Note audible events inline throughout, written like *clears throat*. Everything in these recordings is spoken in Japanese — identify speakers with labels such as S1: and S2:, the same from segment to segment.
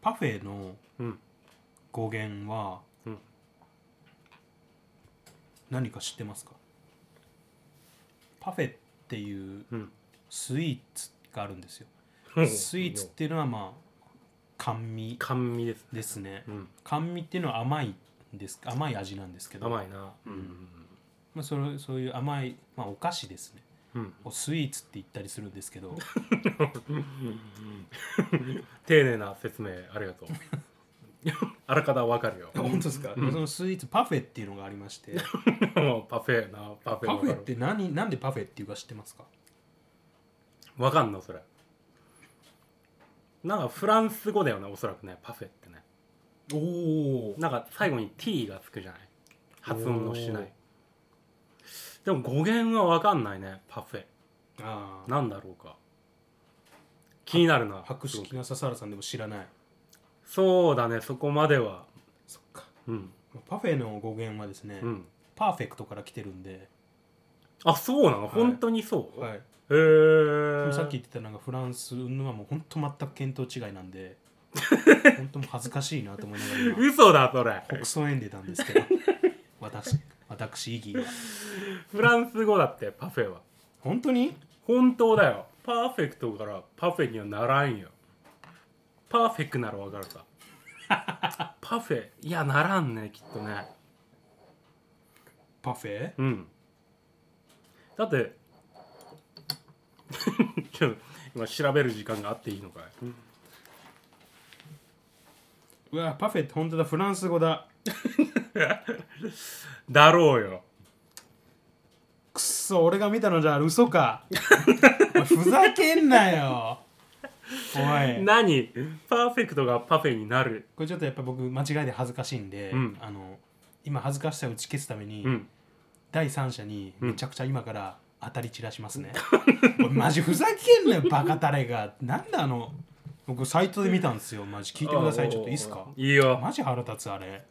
S1: パフェの
S2: うん
S1: 語源は、
S2: うん
S1: 何か知ってますかパフェっていう
S2: うん
S1: スイーツがあるんですよ、
S2: うん
S1: スイーツっていうのはまあ甘味
S2: 甘味です
S1: ですね
S2: うん
S1: 甘味っていうのは甘いんです甘い味なんですけど、
S2: 甘いなうん
S1: まあ、それそういう甘い、まあ、お菓子ですね
S2: うん
S1: をスイーツって言ったりするんですけど
S2: 丁寧な説明ありがとう *laughs* あらかたわかるよ
S1: *laughs* 本当ですか、そのスイーツパフェっていうのがありまして
S2: *laughs* パフェなパ
S1: *laughs*
S2: フェ
S1: パ
S2: わ
S1: フ
S2: か
S1: ェっ
S2: る
S1: て何なんでパフェっていうか知ってますか
S2: わかんのそれなんかフランス語だよねおそらくねパフェってね
S1: おお
S2: なんか最後に t がつくじゃない発音のしな
S1: おー
S2: いでも語源はわかんないねパフェ
S1: ああ
S2: なんだろうか気になるな
S1: 博
S2: すご
S1: 識
S2: く
S1: な笹原さんでも知らない
S2: そうだねそこまでは
S1: そっか
S2: うん
S1: パフェの語源はですね、
S2: うん
S1: パーフェクトから来てるんで、
S2: あそうなの、
S1: い
S2: 本当にそう、
S1: はい、
S2: へえ
S1: さっき言ってたなんかフランスのはもう本当全く見当違いなん
S2: *laughs*
S1: で本当もう恥ずかしいなと思いながら今
S2: 嘘だそれ
S1: 国葬演でたんですけど私私意義が
S2: フランス語だってパフェは
S1: 本当に
S2: 本当だよパーフェクトからパフェにはならんよパーフェクならわか
S1: *laughs*
S2: るさパフェいやならんねきっとね
S1: パフェ
S2: うんだって *laughs* ちょっと今調べる時間があっていいのかい、
S1: うわパフェって本当だフランス語だ
S2: だろうよ
S1: くっそ俺が見たのじゃあ嘘かおいふざけんなよおい
S2: 何パーフェクトがパフェになる
S1: これちょっとやっぱ僕間違いで恥ずかしいんで、
S2: うん
S1: あの今恥ずかしさを打ち消すために、
S2: うん
S1: 第三者に
S2: ん
S1: めちゃくちゃ今から当たり散らします *laughs* ね、おいマジふざけんなよバカタレがなんだあの僕サイトで見たんですよマジ聞いてくださいちょっといいっすか
S2: いいよ
S1: マジ腹立つあれ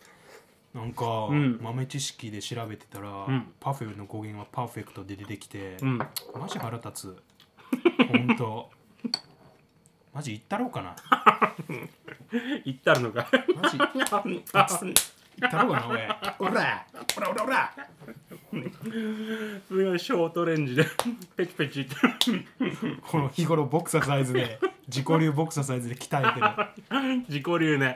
S1: なんか、
S2: ん
S1: 豆知識で調べてたら、
S2: ん
S1: パフェの語源はパーフェクトで出てきて、
S2: うん
S1: マジ腹 *laughs* 立つほんとマジ言ったろうかな
S2: 言ったるのかい
S1: マジ言ったろうかなおいおらおらおらおら
S2: すごいショートレンジでペチペチって
S1: この日頃ボクサーサイズで自己流ボクサーサイズで鍛えてる、は
S2: 自己流ね、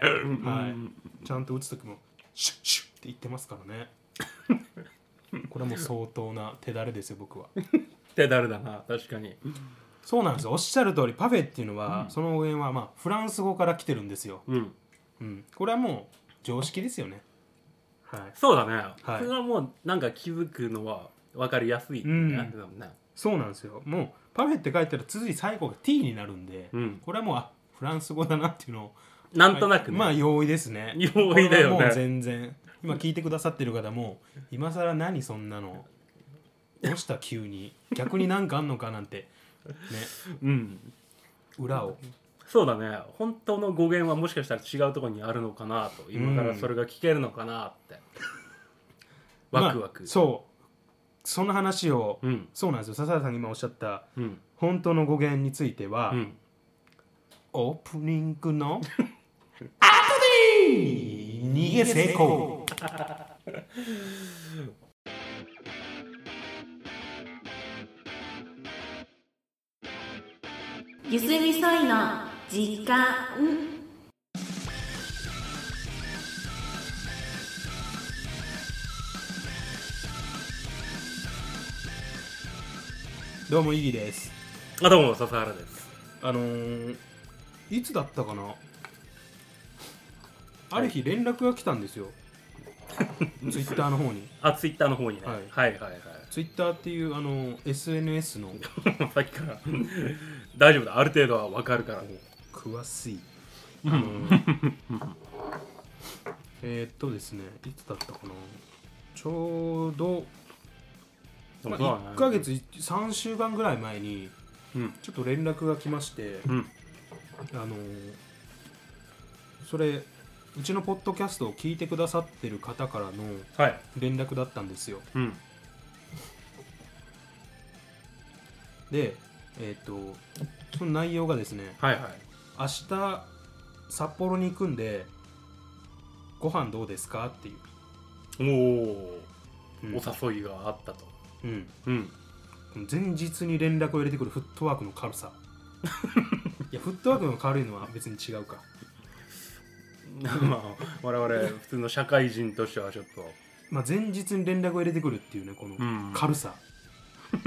S1: い、ちゃんと打つ時もシュッシュッって言ってますからね *laughs* これはもう相当な手だれですよ僕は
S2: って誰だな確かに
S1: そうなんですよおっしゃる通りパフェっていうのは、その応援はまあフランス語から来てるんですよ、
S2: うん
S1: うん、これはもう常識ですよねはい
S2: そうだね、
S1: はい
S2: それはもうなんか気づくのは分かりやすいってね、
S1: う
S2: だもんね
S1: そうなんですよもうパフェって書いたら続い最後が T になるんで、
S2: うん
S1: これはもうあフランス語だなっていうのを
S2: なんとなくね、
S1: まあ容易ですね
S2: 容易だよね
S1: これはもう全然今聞いてくださってる方も今更何そんなのどうした急に逆になんかあんのかなんてね
S2: うん
S1: 裏を
S2: そうだね本当の語源はもしかしたら違うところにあるのかなと今からそれが聞けるのかなって、ワクワク、
S1: まあそうその話を、
S2: うん
S1: そうなんですよ笹原さんが今おっしゃった
S2: うん
S1: 本当の語源については、
S2: うん
S1: オープニング
S2: *laughs*
S1: の後で逃げ成功
S3: ゆすみそいの時間
S1: どうもイギです
S2: あどうも笹原です
S1: あのー、いつだったかなある日連絡が来たんですよ *laughs* ツイッターの方に
S2: あツイッターの方にね、
S1: はい
S2: はいはいはい
S1: ツイッターっていうあの SNS の
S2: *laughs* さっきから大丈夫だある程度は分かるから
S1: 詳しいあのーえーっとですねいつだったかなちょうど、まあ、1ヶ月3週間ぐらい前に
S2: うん
S1: ちょっと連絡が来まして
S2: うん
S1: あのーそれうちのポッドキャストを聞いてくださってる方からの
S2: はい
S1: 連絡だったんですよ
S2: うん
S1: でえっ、とその内容がですね
S2: はいはい
S1: 明日札幌に行くんでご飯どうですかっていう、
S2: おお、
S1: うん
S2: お誘いがあったと
S1: うん
S2: うん
S1: 前日に連絡を入れてくるフットワークの軽
S2: *laughs*
S1: さいやフットワークの軽いのは別に違うか
S2: *laughs* まあ我々普通の社会人としてはちょっと
S1: まあ、前日に連絡を入れてくるっていうねこの
S2: うん
S1: 軽さ、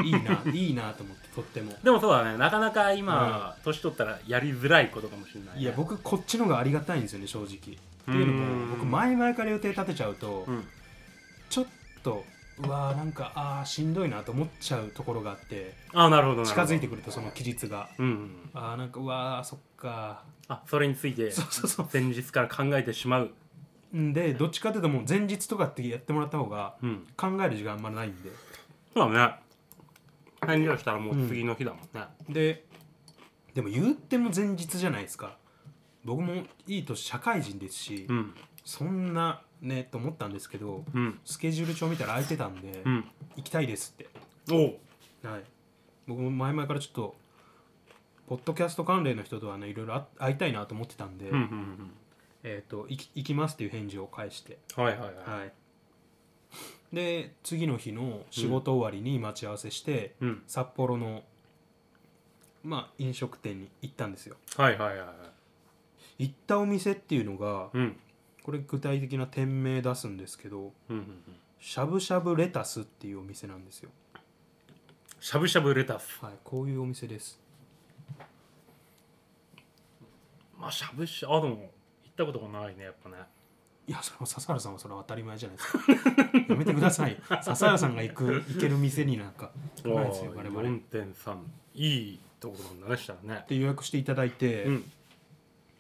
S1: いいないいなと思ってとっても
S2: でもそうだねなかなか今、年取ったらやりづらいことかもしれない、ね、
S1: いや僕こっちの方がありがたいんですよね正直っていうの
S2: うん
S1: も僕前々から予定立てちゃうと、
S2: うん
S1: ちょっとうわーなんかあーしんどいなと思っちゃうところがあって
S2: あなるほどなるほど
S1: 近づいてくるとその期日が
S2: うんうん
S1: あーなんかうわーそっか *laughs*
S2: あそれについて
S1: そうそうそう
S2: 前日から考えてしまうん
S1: でどっちかっていうともう前日とかってやってもらった方が
S2: うん
S1: 考える時間あんまりないんで
S2: そうだね返事をしたらもう次の日だもんね、
S1: ででも言っても前日じゃないですか僕もいい年社会人ですし、
S2: うん
S1: そんなねと思ったんですけど
S2: うん
S1: スケジュール帳見たら空いてたんで、
S2: うん
S1: 行きたいですって
S2: おう
S1: はい僕も前々からちょっとポッドキャスト関連の人とはねいろいろあ会いたいなと思ってたんで、
S2: うんうん
S1: えー、と行き行きますっていう返事を返して、
S2: うんはいはいはい、
S1: はい、で次の日の仕事終わりに待ち合わせして、
S2: うん
S1: 札幌のまあ飲食店に行ったんですよ
S2: はいはいはいはい
S1: 行ったお店っていうのが
S2: うん
S1: これ具体的な店名出すんですけど
S2: うんうんうん
S1: しゃぶしゃぶレタスっていうお店なんですよ
S2: しゃぶしゃぶレタス
S1: はいこういうお店です
S2: まあしゃぶしゃあでも行ったことがないねやっぱね
S1: いやそれは笹原さんはそれは当たり前じゃないですか *laughs* やめてください笹原さんが行く行ける店になんかないですよ
S2: おー
S1: 我々っ
S2: 4.3いいところなんだねしたらね
S1: て予約していただいて、
S2: うん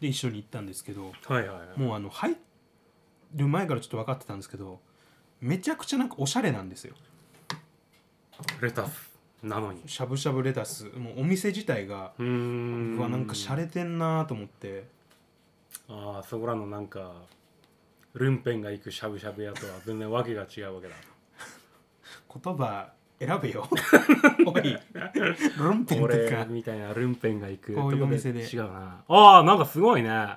S1: で一緒に行ったんですけど
S2: はいはいはい
S1: もうあの入る前からちょっと分かってたんですけどめちゃくちゃなんかおしゃれなんですよ
S2: レタスなのに
S1: しゃぶしゃぶレタスもうお店自体が
S2: うーん
S1: うわなんか洒落てんなと思って
S2: ああそこらのなんかルンペンが行くしゃぶしゃぶ屋とは全然わけが違う
S1: *laughs*
S2: わけだ
S1: 言葉選べ
S2: *laughs*
S1: よおいロンペンと
S2: 俺
S1: か
S2: みたいなルンペンが行く
S1: こういうお店で
S2: とこ違うなああなんかすごいね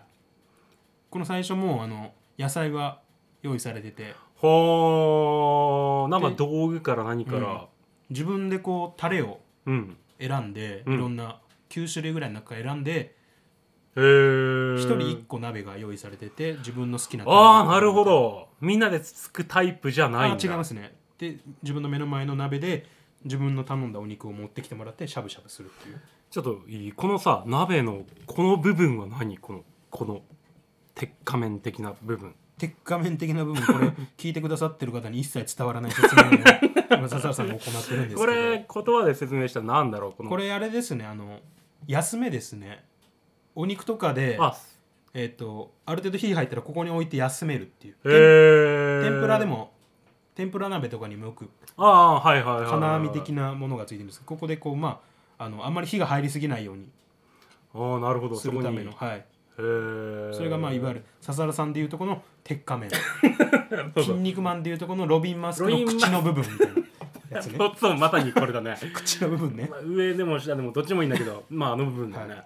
S1: この最初もうあの野菜が用意されてて
S2: ほーなんか
S1: で
S2: 道具から何から
S1: 自分でこうタレを
S2: うん、
S1: 選んで、
S2: うん
S1: いろんな9種類ぐらいの中から選んで
S2: へえ
S1: 1人1個鍋が用意されてて自分の好きな
S2: ああなるほどみんなでつつくタイプじゃないん
S1: あ
S2: だ
S1: 違いますねで自分の目の前の鍋で自分の頼んだお肉を持ってきてもらってしゃぶしゃぶするっていう
S2: ちょっといいこのさ鍋のこの部分は何このこの鉄仮面的な部分
S1: 鉄仮面的な部分 *laughs* これ聞いてくださってる方に一切伝わらない説明を *laughs* 今笹原さんが行ってるんですけど
S2: これ言葉で説明したら何だろうこの
S1: これあれですねあの安めですねお肉とかで
S2: あ
S1: えっ、とある程度火入ったらここに置いて休めるっていう
S2: へえ
S1: 天ぷらでも天ぷら鍋とかにもよく
S2: ああーはいはいはいはい
S1: 金網的なものがついてるんですけどここでこうまああのあんまり火が入りすぎないように
S2: ああなるほど
S1: するための
S2: そ
S1: はい
S2: こにへえ
S1: それがまあいわゆる笹原さんでいうとこの鉄
S2: *laughs*
S1: 仮面
S2: そう
S1: 筋
S2: そう
S1: 肉マンでいうとこのロビンマスクの
S2: ロビンマス
S1: 口の部分みたいなやつ
S2: そ *laughs*
S1: ね
S2: うそうまさにこれだね
S1: 口の部分ね、
S2: まあ上でも下でもどっちもいいんだけどまああの部分だよね、
S1: はい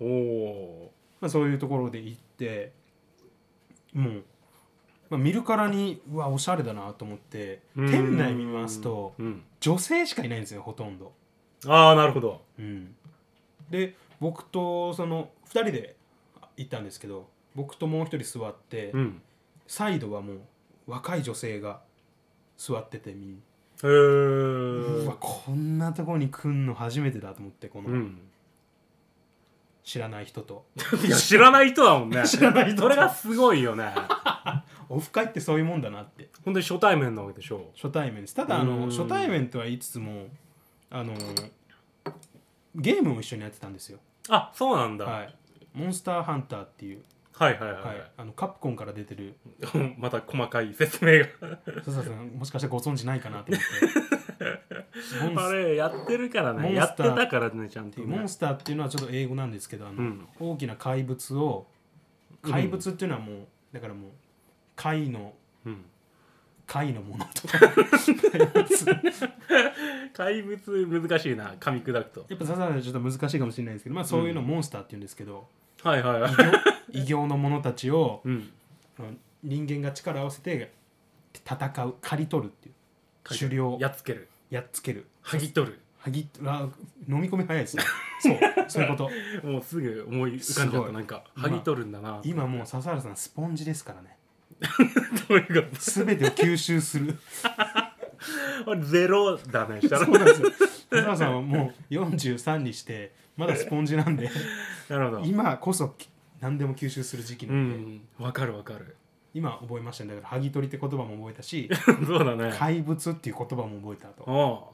S2: おお
S1: まあ、そういうところで行ってもう、まあ、見るからにうわおしゃれだなと思って
S2: ー
S1: 店内見ますと
S2: うん
S1: 女性しかいないんですよほとんど、
S2: ああなるほど
S1: うん、で僕とその2人で行ったんですけど僕ともう1人座って、
S2: うん
S1: サイドはもう若い女性が座っててみん
S2: へえ
S1: なうわこんなとこに来んの初めてだと思ってこ
S2: う
S1: の
S2: ん *laughs*
S1: 知らない人と、
S2: いや知らない人だもんね
S1: *laughs* 知らない人と
S2: それがすごいよね
S1: オフ会ってそういうもんだなって
S2: 本当に初対面なわけでしょ
S1: 初対面ですただあ
S2: う
S1: の
S2: ん
S1: 初対面とは言いつつもあのゲームを一緒にやってたんですよ、
S2: あそうなんだ、
S1: はい、モンスターハンターっていう、
S2: はい、はいはい
S1: は
S2: はい
S1: い、あのカプコンから出てる
S2: *laughs* また細かい説明が
S1: 笹田さんもしかしたらご存知ないかなと思ってモン
S2: *laughs* あ
S1: ス
S2: れやってるから
S1: モン
S2: ね
S1: ス
S2: やって
S1: ター
S2: たからねちゃんと、ね、
S1: モンスターっていうのはちょっと英語なんですけどあの、
S2: うん
S1: 大きな怪物を
S2: うん
S1: 怪物っていうのはもうだからもう怪の
S2: うん
S1: 怪のもの
S2: *laughs*
S1: とか怪物
S2: 怪物難しいな噛み砕くと
S1: やっぱ笹田さんはちょっと難しいかもしれないですけど、まあ、そういうのをモンスターっていうんですけど、
S2: はいはいはい
S1: 異形異形の者たちを
S2: うん
S1: あの人間が力を合わせて戦う刈り取るっていう狩猟
S2: やっつける
S1: やっつける
S2: 剥ぎ取る
S1: はぎら飲み込み早いですねそうそういう
S2: *laughs*
S1: こと
S2: もうすぐ思い浮かんじ
S1: す
S2: ゃっ
S1: ご
S2: た
S1: い
S2: なんか
S1: まあ
S2: 剥ぎ取るんだな
S1: 今もう笹原さんスポンジですからね
S2: どういうこ
S1: 全てを吸収する
S2: とあれゼロだ *laughs* ねした
S1: そ
S2: ら
S1: うなんですよ笹原さんはもう43にしてまだスポンジなんで
S2: なるほど
S1: 今こそき何でも吸収する時期な
S2: うん
S1: で、
S2: んわかるわかる
S1: 今覚えましたねだから「はぎ取り」って言葉も覚えた
S2: *laughs*
S1: し
S2: そうだ
S1: 「
S2: ね
S1: 怪物」っていう言葉も覚えたと、
S2: お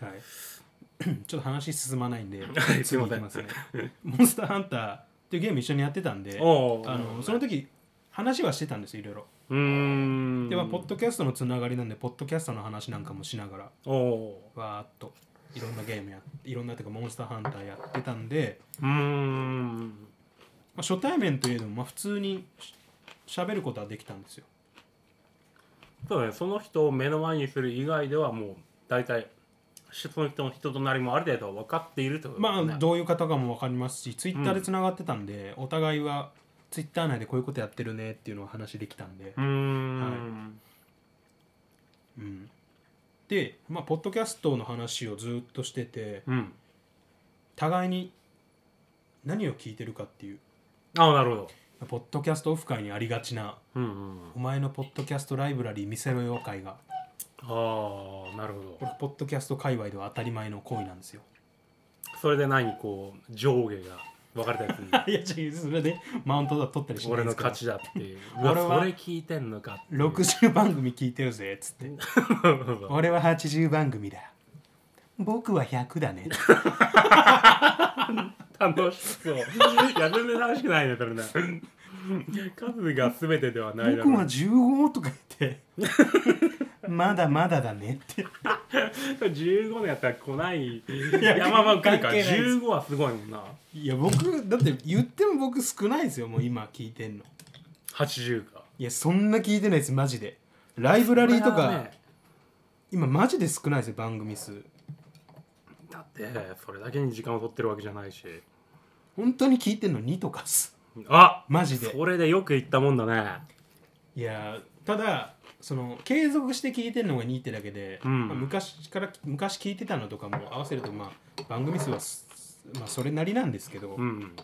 S1: はい、 *clears throat* ちょっと話進まないんで
S2: *laughs* はい
S1: 次いきますね「モンスターハンター」っていうゲーム一緒にやってたんで
S2: うおう
S1: あのその時話はしてたんですよいろいろ
S2: うーん
S1: でまあポッドキャストのつながりなんでポッドキャストの話なんかもしながら
S2: おお
S1: わーっといろんなゲームやいろんなとかモンスターハンターやってたんで、
S2: ううーん
S1: まあ、初対面といえども、まあ、普通にしゃべることはできたんですよ
S2: そうだねその人を目の前にする以外ではもう大体その人の人となりもある程度分かっているってことだ
S1: ま
S2: ね
S1: あどういう方かも分かりますしツイッターでつながってたんで、お互いはツイッター内でこういうことやってるねっていうのを話できたんで
S2: う、ーん
S1: うんで、まあ、ポッドキャストの話をずっとしてて
S2: うん
S1: 互いに何を聞いてるかっていう
S2: ああなるほど
S1: ポッドキャストオフ会にありがちな
S2: うんうん
S1: お前のポッドキャストライブラリー見せろよ会が
S2: ああなるほど
S1: これポッドキャスト界隈では当たり前の行為なんですよ
S2: それで何こう上下が分かれたやつに
S1: *laughs* いや違うそれでマウントだ取ったり *laughs* しない
S2: 俺
S1: んです
S2: の
S1: けど
S2: 勝ちだっていうう
S1: 俺は
S2: わそれ聞いてんのかっていう
S1: 60番組聞いてるぜっつって「俺は80番組だ僕は100だ *laughs* ね」
S2: *laughs* 楽しそういや全然楽しくないねそれね数が全てではないだ
S1: 僕
S2: ろ
S1: は
S2: う
S1: 15」とか言って *laughs* 「まだまだだね」って
S2: 15のやったら来ないい
S1: や
S2: やまあまあ来るか
S1: 関係な
S2: ら
S1: いです
S2: 15はすごいもんない
S1: や僕だって言っても僕少ないですよもう今聞いてんの
S2: 80か
S1: いやそんな聞いてないですマジでライブラリーと
S2: これ
S1: か、
S2: はね
S1: 今マジで少ないですよ番組数
S2: だってそれだけに時間を取ってるわけじゃないし
S1: 本当に聞いてんの2とかっす
S2: あ
S1: マジで
S2: それでよく言ったもんだね
S1: いやーただその継続して聞いてるのが2ってだけで、
S2: うん
S1: まあ、昔から昔聞いてたのとかも合わせるとまあ番組数はす、まあ、それなりなんですけど、
S2: うん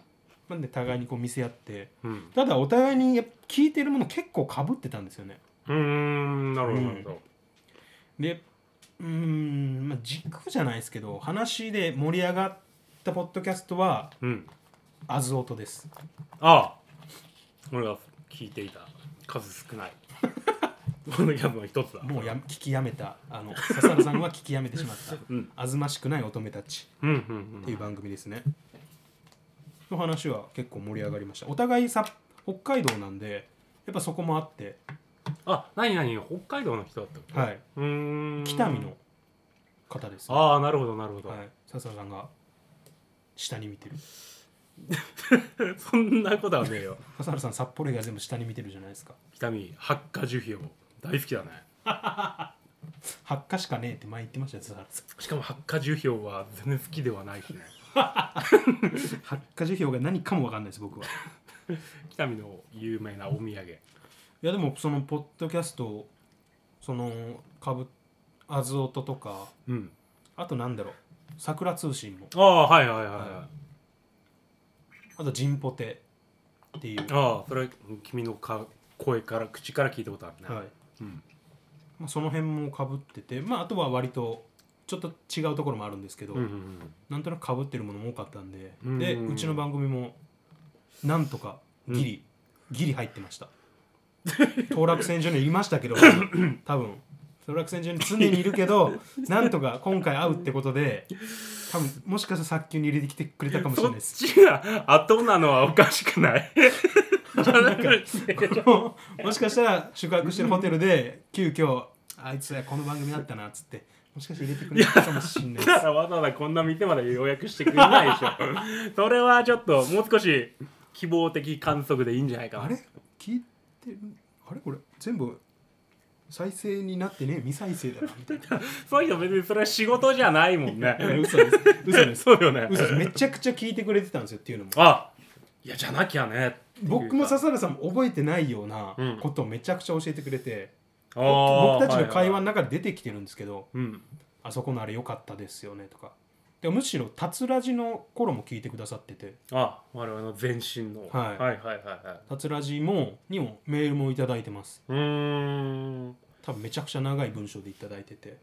S1: なんで互いにこう見せ合って
S2: うん
S1: ただお互いにやっぱ聞いてるもの結構かぶってたんですよね
S2: うーんなるほどなるほど
S1: でうーんまあ軸じゃないですけど話で盛り上がったポッドキャストは
S2: うん
S1: アズオトです
S2: ああ俺が聞いていた数
S1: *laughs*
S2: 少ないこのギャブの一つだ
S1: もうや聞きやめたあの笹原さんは聞きやめてしまった
S2: *laughs* うん
S1: あずましくない乙女たち
S2: うんうん
S1: っ
S2: う
S1: てい
S2: ん
S1: う番組ですね。の話は結構盛り上がりました。お互いさ北海道なんでやっぱそこもあって、
S2: あ何何北海道の人だったの
S1: はい、
S2: うーん
S1: 北見の方です、
S2: ああなるほどなるほど、
S1: はい、笹さんが下に見てる。
S2: *laughs* そんなことはねえよ
S1: 笹原さん札幌以外全部下に見てるじゃないですか。
S2: 北見八花樹皮を大好きだね
S1: 八花しかねえって前言ってましたよ笹原さ
S2: しかも八花樹皮は全然好きではないしね
S1: ん。八花樹氷が何かもわかんないです僕は。
S2: 北見の有名なお土
S1: *laughs*
S2: 産
S1: いやでもそのポッドキャストそのかぶアズオトとか
S2: うん
S1: あとなんだろう桜通信も
S2: ああはいはいはい、はい、
S1: は
S2: あ
S1: あとジンポテっていう。
S2: あそれ君のか声から口から聞いたことあるね、
S1: はい
S2: うん
S1: まあ、その辺もかぶってて、まあ、あとは割とちょっと違うところもあるんですけど、
S2: うんうんうん
S1: なんとなくかぶってるものも多かったんで、
S2: うん
S1: でうちの番組もなんとかギリ、ギリ入ってました
S2: *laughs*
S1: 当落線所にいましたけど多分当落線所に常にいるけ
S2: *laughs*
S1: どなんとか今回会うってことで多分もしかしたら早急に入れてきてくれたかもしれ
S2: そ
S1: ないで
S2: っ
S1: す
S2: ちが後なのはおかしくない
S1: *laughs* もしかしたら宿泊してるホテルで急遽あいつらこの番組だったなっつってもしかして入れてくれたかもしれないです
S2: だからわざわざこんな店まで予約してくれないでしょそれはちょっともう少し希望的観測でいいんじゃないかな
S1: あれ聞いてるあれこれ全部再生になってね未再生だなみたい
S2: そういうの別にそれは仕事じゃないもん
S1: な
S2: ね
S1: *laughs* 嘘です嘘です
S2: そうよね
S1: 嘘ですめちゃくちゃ聞いてくれてたんですよっていうのも
S2: あいやじゃなきゃね
S1: 僕も笹原さんも覚えてないような
S2: うん
S1: ことをめちゃくちゃ教えてくれて、
S2: あー
S1: 僕たちの会話の
S2: はいはい
S1: 中で出てきてるんですけど、
S2: うん
S1: あそこのあれ良かったですよねとかでもむしろ「たつらじ」の頃も聞いてくださってて
S2: あ我々の前身の、
S1: はい
S2: はいはいはいは
S1: 「
S2: い
S1: たつらじも」にもメールもいただいてます
S2: うーん
S1: 多分めちゃくちゃ長い文章でいただいてて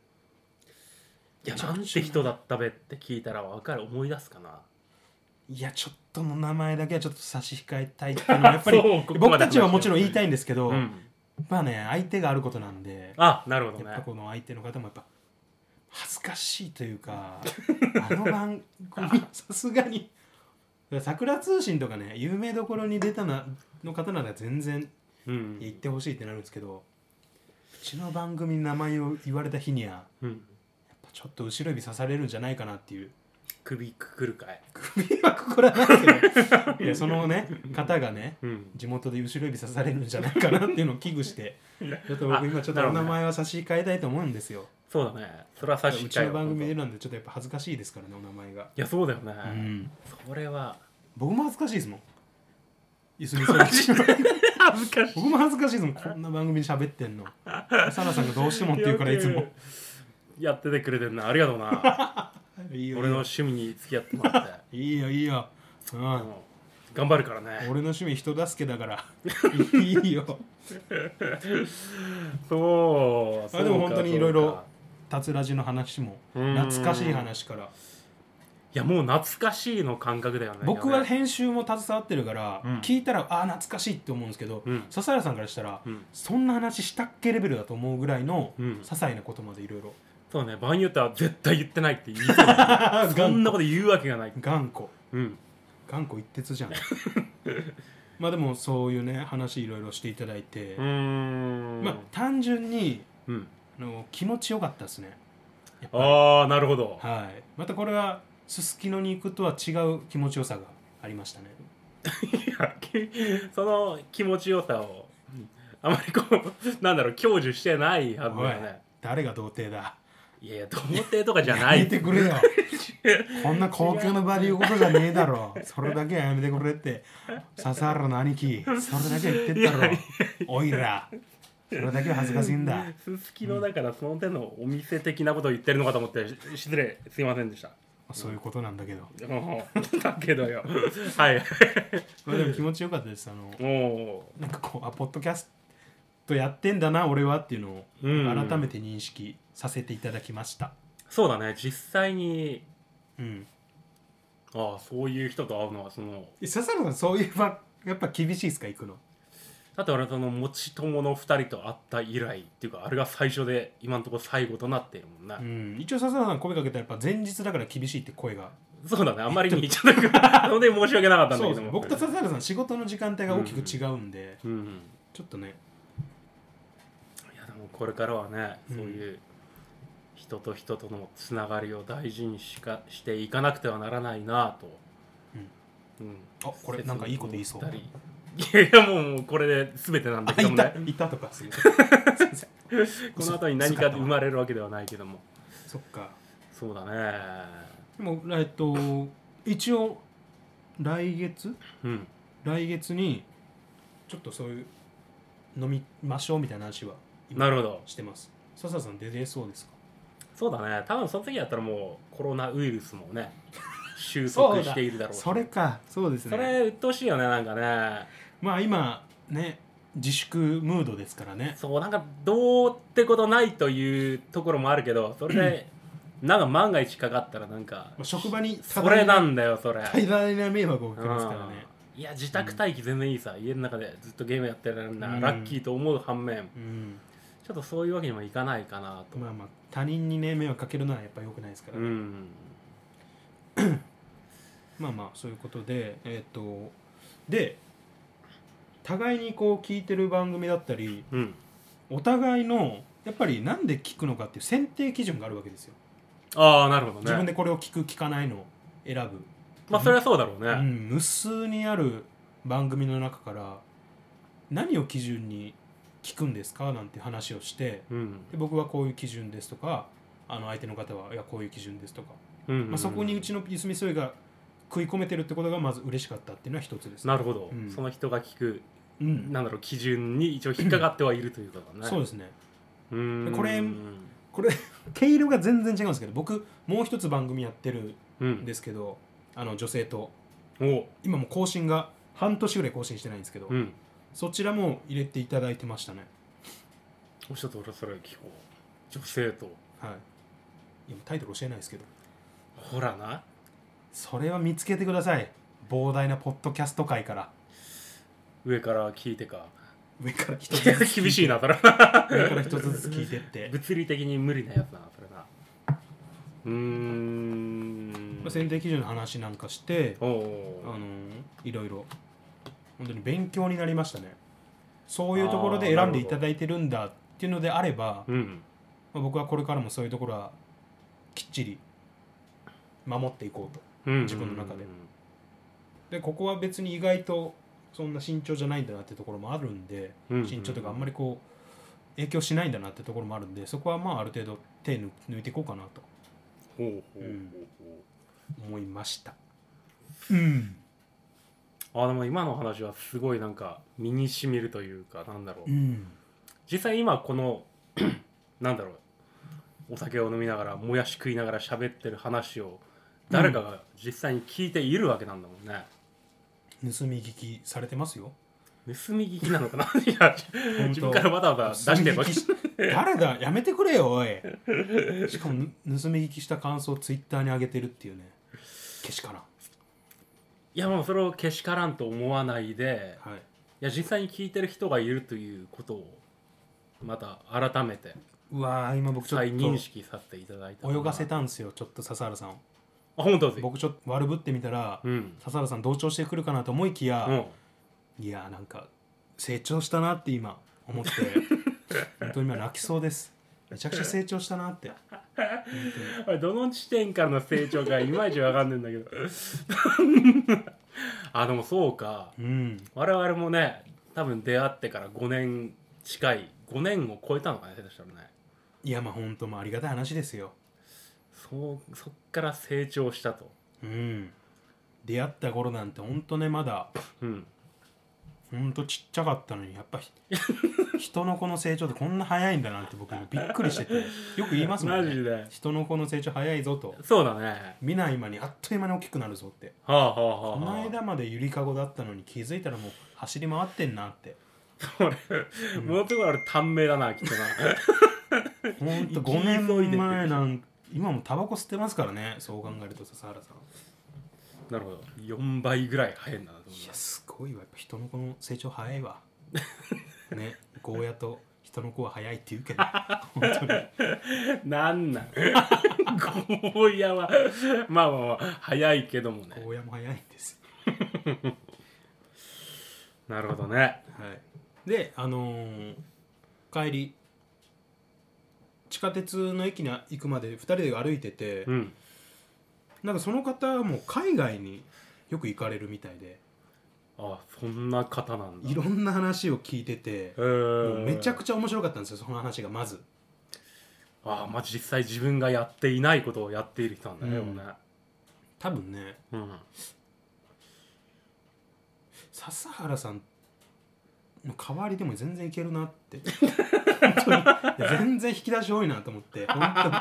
S2: いやなんて人だったべって聞いたら分かる思い出すかない
S1: やちょっとの名前だけはちょっと差し控えたいっていうのはやっぱり
S2: *laughs* そうここまで
S1: 僕たちはもちろん言いたいんですけど、
S2: うん
S1: まあね相手があることなんで
S2: あなるほど
S1: やっぱ
S2: ね
S1: この相手の方もやっぱ恥ずかしいという
S2: *laughs*
S1: かあの番組さすがに桜通信とかね有名どころに出たなの方なら全然
S2: うん
S1: 言ってほしいってなるんですけどうちの番組の名前を言われた日にはや
S2: うん
S1: っぱちょっと後ろ指刺されるんじゃないかなっていう
S2: 首くくるかい
S1: 首はくくらないけど *laughs* いやそのね方がね
S2: うん
S1: 地元で後ろ指刺されるんじゃないかなっていうのを危惧してちょっと僕今ちょっとお名前は差し控えたいと思うんですよ。
S2: そうだねそれは差し控え
S1: うちの番組
S2: い
S1: で
S2: い
S1: なんでちょっとやっぱ恥ずかしいですからねお名前が、
S2: やそうだよね、
S1: うん
S2: それは
S1: 僕も恥ずかしいですもんいすみさん
S2: 恥ずかしい
S1: 僕も恥ずかしいですもんこんな番組で喋ってんのサナさんがどうしてもって言うからいつも
S2: やっててくれてんなありがとうな
S1: いいよ
S2: 俺の趣味に付き合ってもらって
S1: いいよいいよ、う
S2: あ
S1: ん、
S2: の頑張るからね
S1: 俺の趣味人助けだから
S2: *laughs*
S1: いいよ
S2: そうそう
S1: あでも
S2: か
S1: 本当に
S2: そう
S1: いろいろ
S2: か
S1: たつらじの話も
S2: うん
S1: 懐かしい話から
S2: いやもう懐かしいの感覚だよね
S1: 僕は
S2: やべ
S1: 編集も携わってるから、
S2: うん
S1: 聞いたらああ懐かしいって思うんですけど、
S2: うん
S1: 笹原さんからしたら、
S2: うん
S1: そんな話したっけレベルだと思うぐらいの、
S2: うん
S1: 些細なことまでいろいろ
S2: そうね場合によっては絶対言ってないって言いそう
S1: *laughs*
S2: だ *laughs* そんなこと言うわけがない
S1: 頑固
S2: うん
S1: 頑固一徹じ
S2: *laughs*
S1: ゃんまあでもそういうね話いろいろしていただいて、
S2: うーん
S1: まあ単純に
S2: うん
S1: あの気持ちよかったですね
S2: ああなるほど
S1: はいまたこれはすすきのに行くとは違う気持ちよさがありましたね
S2: いやき *laughs* その気持ちよさをあまりこう *laughs* なんだろう享受してないはずだ
S1: お
S2: よ
S1: い
S2: ね
S1: 誰が童貞だ
S2: いやいや童貞とかじゃな
S1: やめ
S2: い
S1: てくれよこんな公共の場で言うことじゃねえだろそれだけはやめてくれって笹原の兄貴それだけは言ってったろおいらそれだけは恥ずかしいんだ
S2: すすきのだからその手のお店的なことを言ってるのかと思ってし失礼すいませんでした
S1: そういうことなんだけど
S2: うんだけどよ *laughs* はい
S1: まあでも気持ちよかったですあの
S2: も
S1: なんかこうあポッドキャストやってんだな俺はっていうのを
S2: うん
S1: 改めて認識させていただきました、
S2: うそうだね実際に
S1: うん、
S2: ああそういう人と会うのはその
S1: え笹野さんそういえばやっぱ厳しいですか行くの
S2: だって俺その持ち友の2人と会った以来っていうかあれが最初で今のところ最後となっているもんな、
S1: うん、一応笹野さん声かけたらやっぱ前日だから厳しいって声が
S2: そうだねあんまりにちょっとので申し訳なかったんだ
S1: そうで
S2: けど
S1: すね
S2: も
S1: 僕と笹原さん仕事の時間帯が大きく違うんで、
S2: うん
S1: ちょっとね
S2: いやでもこれからはね、
S1: うん
S2: そういう人と人とのつながりを大事にしかしていかなくてはならないなと、うん
S1: あこれなんかいいこと言いそう
S2: 切に思ったりいやいやもうもうこれで全てなんだ
S1: あ
S2: けど
S1: い
S2: も
S1: た
S2: ね
S1: いたと
S2: *laughs*
S1: かする
S2: この後に何か生まれるわけではないけども
S1: そっか
S2: そうだね
S1: でもえっと一応来月
S2: うん
S1: 来月にちょっとそういう飲みましょうみたいな話は
S2: なるほど
S1: してます笹さん出れそうですか
S2: そうだね多分その時やったらもうコロナウイルスもね収束しているだろうし
S1: それかそうですね
S2: それ鬱陶しいよねなんかね
S1: まあ今ね自粛ムードですからね
S2: そうなんかどうってことないというところもあるけどそれ
S1: *clears throat*
S2: でなんか万が一かかったらなんか
S1: まあ職場に
S2: それな
S1: 多
S2: んだよそれ
S1: 大な大大な迷惑をかけますからね
S2: うんいや自宅待機全然いいさ、家の中でずっとゲームやってられる
S1: う
S2: な、
S1: ん
S2: ラッキーと思う反面
S1: うん
S2: ちょっとそういうわけにもいかないかなと、
S1: まあまあ他人にね迷惑かけるのはやっぱ良くないですから、
S2: うん
S1: まあまあそういうことでえっ、とで互いにこう聞いてる番組だったり
S2: うん
S1: お互いのやっぱりなんで聞くのかっていう選定基準があるわけですよ
S2: ああなるほどね
S1: 自分でこれを聞く聞かないのを選ぶ
S2: まあそれはそうだろう
S1: う
S2: ね、
S1: ん、無数にある番組の中から何を基準に聞くんですかなんて話をして
S2: うん
S1: で僕はこういう基準ですとかあの相手の方はいやこういう基準ですとか、
S2: うん
S1: まあ、そこにうちのピースミソイが食い込めてるってことがまず嬉しかったっていうのは一つです、
S2: なるほど、
S1: うん
S2: その人が聞く
S1: うん
S2: なんだろう基準に一応引っかかってはいるということだね
S1: そう
S2: う
S1: ですね
S2: ーん
S1: これこれ *laughs* 毛色が全然違うんですけど僕もう一つ番組やってる
S2: うんん
S1: ですけどあの女性と
S2: お
S1: 今もう更新が半年ぐらい更新してないんですけど、
S2: うん
S1: そちらも入れていただいてましたね
S2: おっしゃった俺それ聞こう女性と
S1: はいいやタイトル教えないですけど
S2: ほらな
S1: それは見つけてください膨大なポッドキャスト界から
S2: 上から聞いてか
S1: *laughs* 上から一つ
S2: いや
S1: ずつ
S2: *laughs* 厳しいなそれ
S1: 上から一つずつ聞いてって
S2: 物理的に無理なやつだなそれなうーん
S1: まあ選定基準の話なんかして、
S2: お
S1: あの
S2: お
S1: ーいろいろ本当に勉強になりましたねそういうところで選んでいただいてるんだっていうのであれば
S2: うん
S1: まあ、僕はこれからもそういうところはきっちり守っていこうと
S2: うん
S1: 自分の中ででここは別に意外とそんな慎重じゃないんだなってところもあるんで、
S2: うん
S1: 慎重というかあんまりこう影響しないんだなってところもあるんでそこはまあある程度手抜抜いていこうかなと
S2: ほうほうほう
S1: 思いましたうん
S2: ほうあでも今の話はすごいなんか身にしみるというかなんだろう
S1: うん
S2: 実際今この *clears throat* なんだろうお酒を飲みながらもやし食いながら喋ってる話を誰かが実際に聞いているわけなんだもんね、
S1: 盗み聞きされてますよ
S2: 盗み聞きなのかな *laughs* いや
S1: 当
S2: 自分からわざわざ出してるわけ
S1: 盗み聞きし誰だやめてくれよおいしかもぬ盗み聞きした感想をツイッターに上げてるっていうねけしからん
S2: いやもうそれをけしからんと思わないで
S1: はい
S2: いや実際に聞いてる人がいるということをまた改めて
S1: うわー今僕ちょっ
S2: 再認
S1: と
S2: 識させていただいた
S1: 泳がせ
S2: あ
S1: たんですよちょっと笹原さんを
S2: 本当です
S1: 僕ちょっと悪ぶってみたら、
S2: うん
S1: 笹原さん同調してくるかなと思いきや、
S2: うん
S1: いやーなんか成長したなって今思って
S2: *laughs*
S1: 本当に今泣きそうですめちゃくちゃ成長したなって
S2: あれどの地点からの成長かいまいちわかんねえんだけど *laughs* あでもそうか
S1: うん
S2: 我々もね多分出会ってから5年近い5年を超えたのかね下手したらね
S1: いやまあ本当もうありがたい話ですよ
S2: そうそっから成長したと
S1: うん出会った頃なんて本当ねまだ
S2: うん
S1: 本当ちっちゃかったのにやっぱ
S2: *laughs*
S1: ひ人の子の成長ってこんな早いんだなって僕もびっくりしててよく言いますも
S2: マ
S1: ん
S2: ジ
S1: ね
S2: で
S1: 人の子の成長早いぞと
S2: そうだね
S1: 見ない間にあっという間に大きくなるぞって
S2: はあはあは
S1: こ
S2: あ
S1: の
S2: は
S1: 間までゆりかごだったのに気づいたらもう走り回ってんなって
S2: あこれもうすぐあれ短命だなきっとな *laughs*
S1: ほんと
S2: 生き急いでって
S1: 5年前なん今もタバコ吸ってますからねそう考えると笹原さん
S2: なるほど4倍ぐらい早いんだなと思
S1: いやすごいわやっぱ人の子の成長早い
S2: *laughs*
S1: わねゴーヤと人の子は早いって言う
S2: *laughs*
S1: けど本当に
S2: うなん *laughs* なんゴーヤはまあまあまあ早いけどもね
S1: ゴーヤも早いんです
S2: なるほどね
S1: はい、であのー帰り地下鉄の駅に行くまで2人で歩いてて、
S2: うん
S1: なんかその方も海外によく行かれるみたいで
S2: あそんな方なんだ
S1: いろんな話を聞いてて、
S2: えー
S1: もうめちゃくちゃ面白かったんですよその話がまず
S2: ああまあ実際自分がやっていないことをやっている人なんだね、
S1: うん
S2: もうね
S1: 多分ね
S2: うん
S1: 笹原さんの代わりでも全然いけるなって本当にいや全然引き出し多いなと思って本当に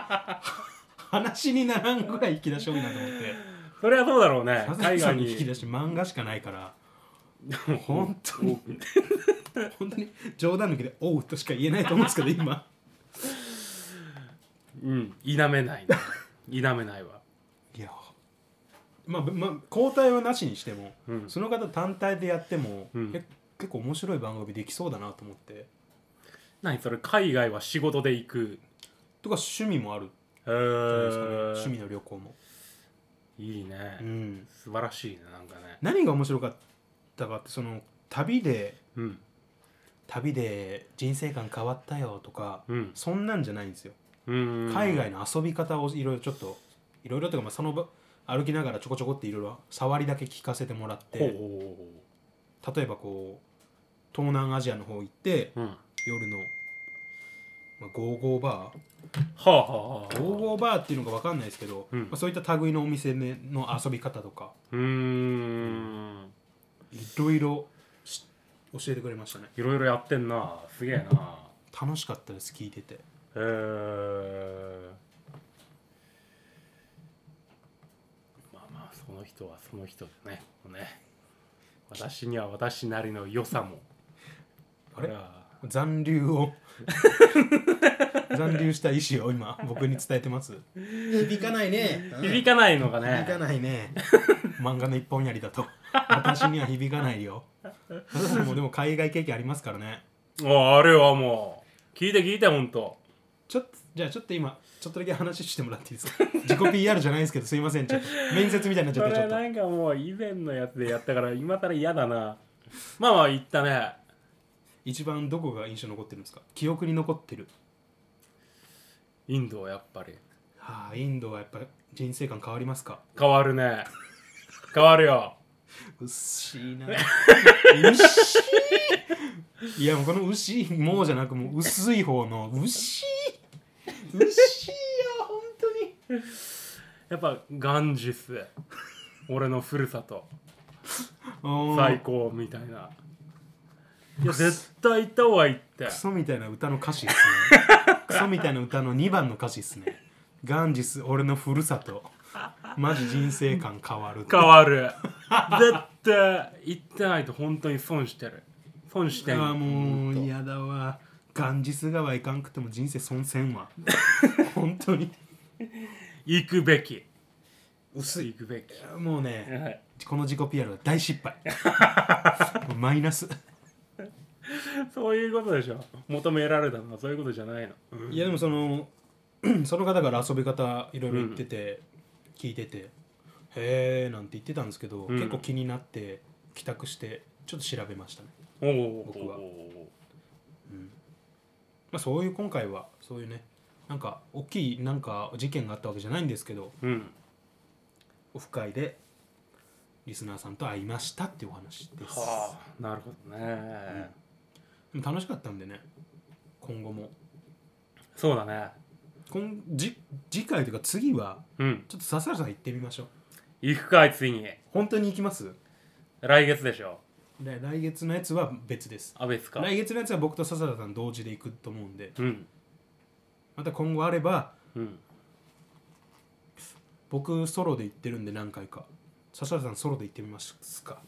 S1: 話にならんぐらい引き出し多いなと思って。
S2: それはそうだろうね
S1: サザエ
S2: 海
S1: さ
S2: 外
S1: んの引き
S2: に
S1: 出し漫画しかないから本当に本当に冗談抜きで「おう」としか言えないと思うんですけど今
S2: うん否めないね否めないわ
S1: いやまあ、まあ、交代はなしにしても、
S2: うん
S1: その方単体でやっても、
S2: うん
S1: け結構面白い番組できそうだなと思って
S2: 何それ海外は仕事で行く
S1: とか趣味もある
S2: え
S1: じゃないですかね、
S2: ー
S1: 趣味の旅行も、
S2: いいね、
S1: うん
S2: 素晴らしいねなんかね
S1: 何が面白かったかってその旅で
S2: うん
S1: 旅で人生観変わったよとか、
S2: うん
S1: そんなんじゃないんですよ
S2: うん
S1: 海外の遊び方をいろいろちょっといろいろというか、まあ、その場歩きながらちょこちょこっていろいろ触りだけ聞かせてもらっ
S2: ほう
S1: て
S2: ほう
S1: 例えばこう東南アジアの方行って
S2: ほうほううん
S1: 夜の、ままあ、ゴーゴーバ
S2: はあはあ
S1: ーゴー
S2: はあ
S1: ゴーバーっていうのか分かんないですけど、
S2: うん
S1: まあ、そういった類のお店の遊び方とか
S2: うーん
S1: いろいろし教えてくれましたね
S2: いろいろやってんなすげえな
S1: 楽しかったです聞いてて
S2: えー、まあまあその人はその人でねもうね私には私なりの良さも
S1: あれ
S2: こは
S1: 残留
S2: *laughs*
S1: を残留した意思を今僕に伝えてます響かないね
S2: 響かないのがね
S1: 響かないね漫画の一本やりだと私には響かないよただもうでも海外経験ありますからね
S2: ああれはもう聞いて聞いてほんと
S1: ちょっとじゃあちょっと今ちょっとだけ話してもらっていいですか自己 PR じゃないですけどすいませんちょっと面接みたいになっち
S2: そ
S1: ゃってちょ
S2: れ
S1: っと
S2: なんかもう以前のやつでやったから今更嫌だなまあまあ言ったね
S1: 一番どこが印象残ってるんですか記憶に残ってる
S2: インドはやっぱり
S1: はあインドはやっぱ人生観変わりますか
S2: 変わるね変わるよ
S1: うっしーなうっしー *laughs* いやもうこのうっしーもうじゃなくもう薄い方のうっしーうっしーや本当に
S2: やっぱガンジス俺のふるさと
S1: うん
S2: 最高みたいな、いや絶対行った方がいいって
S1: クソみたいな歌の歌詞っすねクソみたいな歌の2番の歌詞っすねガンジス俺のふるさとマジ人生観変わる
S2: 変
S1: *laughs*
S2: わる絶対行ってないと本当に損してる損してん
S1: あー
S2: の
S1: もう嫌だわガンジス川行かんくても人生損せん
S2: *laughs*
S1: わ本当に
S2: 行くべき
S1: 薄
S2: 行くべき
S1: もうね、
S2: はい
S1: この自己 PR は大失 *laughs* 敗もうマイナス
S2: そういうことでしょ求められたのはそういうことじゃないの、うん
S1: いやでもその *clears throat* その方から遊び方いろいろ言ってて、聞いてて「へえ」なんて言ってたんですけど、
S2: うん
S1: 結構気になって帰宅してちょっと調べましたね、
S2: おお
S1: 僕はまあ、そういう今回はそういうねなんか大きいなんか事件があったわけじゃないんですけど
S2: うん
S1: オフ会でリスナーさんと会いましたっていうお話です、
S2: はあなるほどね、
S1: でも楽しかったんでね今後も
S2: そうだね
S1: 今じ次回というか次は
S2: うん
S1: ちょっと笹原さん行ってみましょう
S2: 行くかいついに
S1: 本当に行きます
S2: 来月でしょ
S1: で来月のやつは別です
S2: あ別か
S1: 来月のやつは僕と笹田さん同時で行くと思うんで
S2: うん
S1: また今後あれば
S2: うん
S1: 僕ソロで行ってるんで何回か笹田さんソロで行ってみますか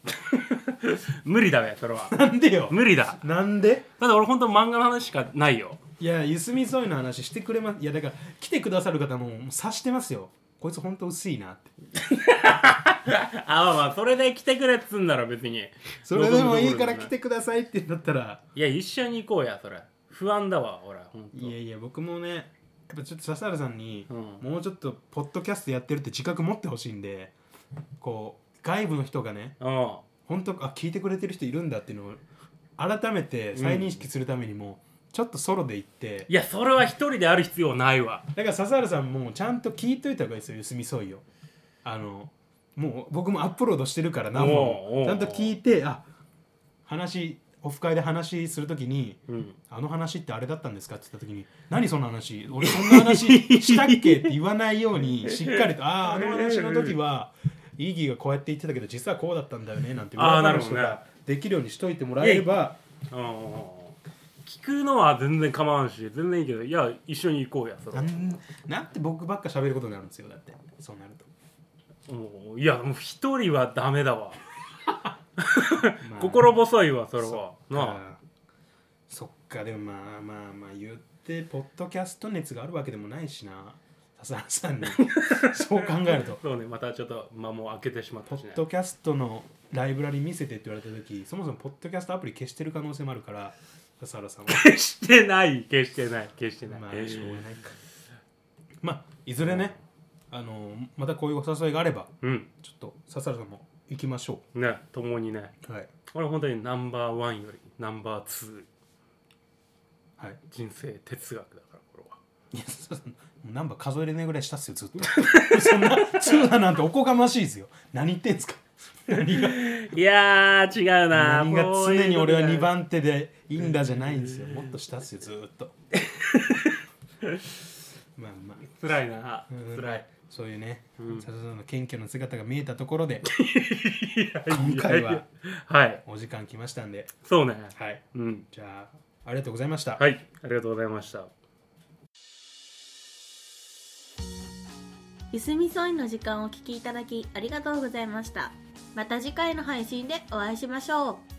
S2: 無理だねそれは
S1: *laughs* なんでよ
S2: 無理だ
S1: なんで
S2: だって俺本当漫画の話しかないよ
S1: いやゆすみそいの話してくれますいやだから来てくださる方ももう察してますよこいつ本当薄いなって
S2: あまあまあそれで来てくれっつんなら別に
S1: それでもいいから来てくださいって言うんだったら
S2: いや一緒に行こうやそれ不安だわ俺ほんと
S1: いやいや僕もねやっぱちょっと笹原さんに、
S2: うん
S1: もうちょっとポッドキャストやってるって自覚持ってほしいんでこう外部の人がね
S2: うん
S1: 本当あ聞いてくれてる人いるんだっていうのを改めて再認識するためにも、ちょっとソロで行って
S2: いやそれは一人である必要ないわ
S1: だから笹原さんもちゃんと聞いといた方がいいですよ「ゆすみそいよ」あのもう僕もアップロードしてるから何
S2: おうおうお
S1: も
S2: う
S1: ちゃんと聞いてあ話オフ会で話するときに
S2: うん
S1: 「あの話ってあれだったんですか?」って言った時に「何その話俺そんな話したっけ?」って言わないよう
S2: *laughs*
S1: にしっかりと「あああの話の時はイーギーがこうやって言ってたけど実はこうだったんだよね」なんて
S2: あー
S1: 裏
S2: なる
S1: 話
S2: ほ
S1: と
S2: どね
S1: かできるようにしといてもらえれば
S2: うんうんうん聞くのは全然構わんし全然いいけどいや一緒に行こうやそれ
S1: な
S2: は
S1: んなんて僕ばっか喋ることになるんですよだってそうなると。
S2: うんいやもう一人はダメだわ
S1: まあ
S2: 心細いわそれはなあ
S1: あそっかでもまあまあまあ言ってポッドキャスト熱があるわけでもないしな笹原さ
S2: *laughs*
S1: んにそう考えると
S2: そうねまたちょっと間も開けてしまっ
S1: ポ
S2: たし
S1: ッ
S2: ね
S1: ドキャストのライブラリ見せてって言われた時そもそもポッドキャストアプリ消してる可能性もあるから笹原さんは
S2: 消 *laughs* してない消してない消してない、
S1: まあしょうがないかまあいずれねあのまたこういうお誘いがあれば
S2: うん
S1: ちょっと笹原さんも行きましょ
S2: ね共にね
S1: うはい
S2: 俺本当にナンバーワンよりナンバーツー
S1: はい
S2: 人生哲学だからこれはい
S1: やそそナンバー数えれねえぐらいしたっすよずっと *laughs* そんな通だなんておこがましいですよ何言ってんすか何が
S2: いやー違うな
S1: 何が常に俺は2 *laughs*
S2: 二
S1: 番手でいいんだじゃないんですよもっとしたっすよずっとまあまあ
S2: 辛いな
S1: うん
S2: 辛い
S1: そういうね、
S2: うん
S1: 佐藤さんの謙虚な姿が見えたところで今回
S2: いやい
S1: は
S2: や *laughs* はい
S1: お時間来ましたんで
S2: そうね
S1: はい
S2: うん
S1: じゃあありがとうございました、
S2: はいありがとうございました
S3: ゆすみそいの時間をお聞きいただきありがとうございましたまた次回の配信でお会いしましょう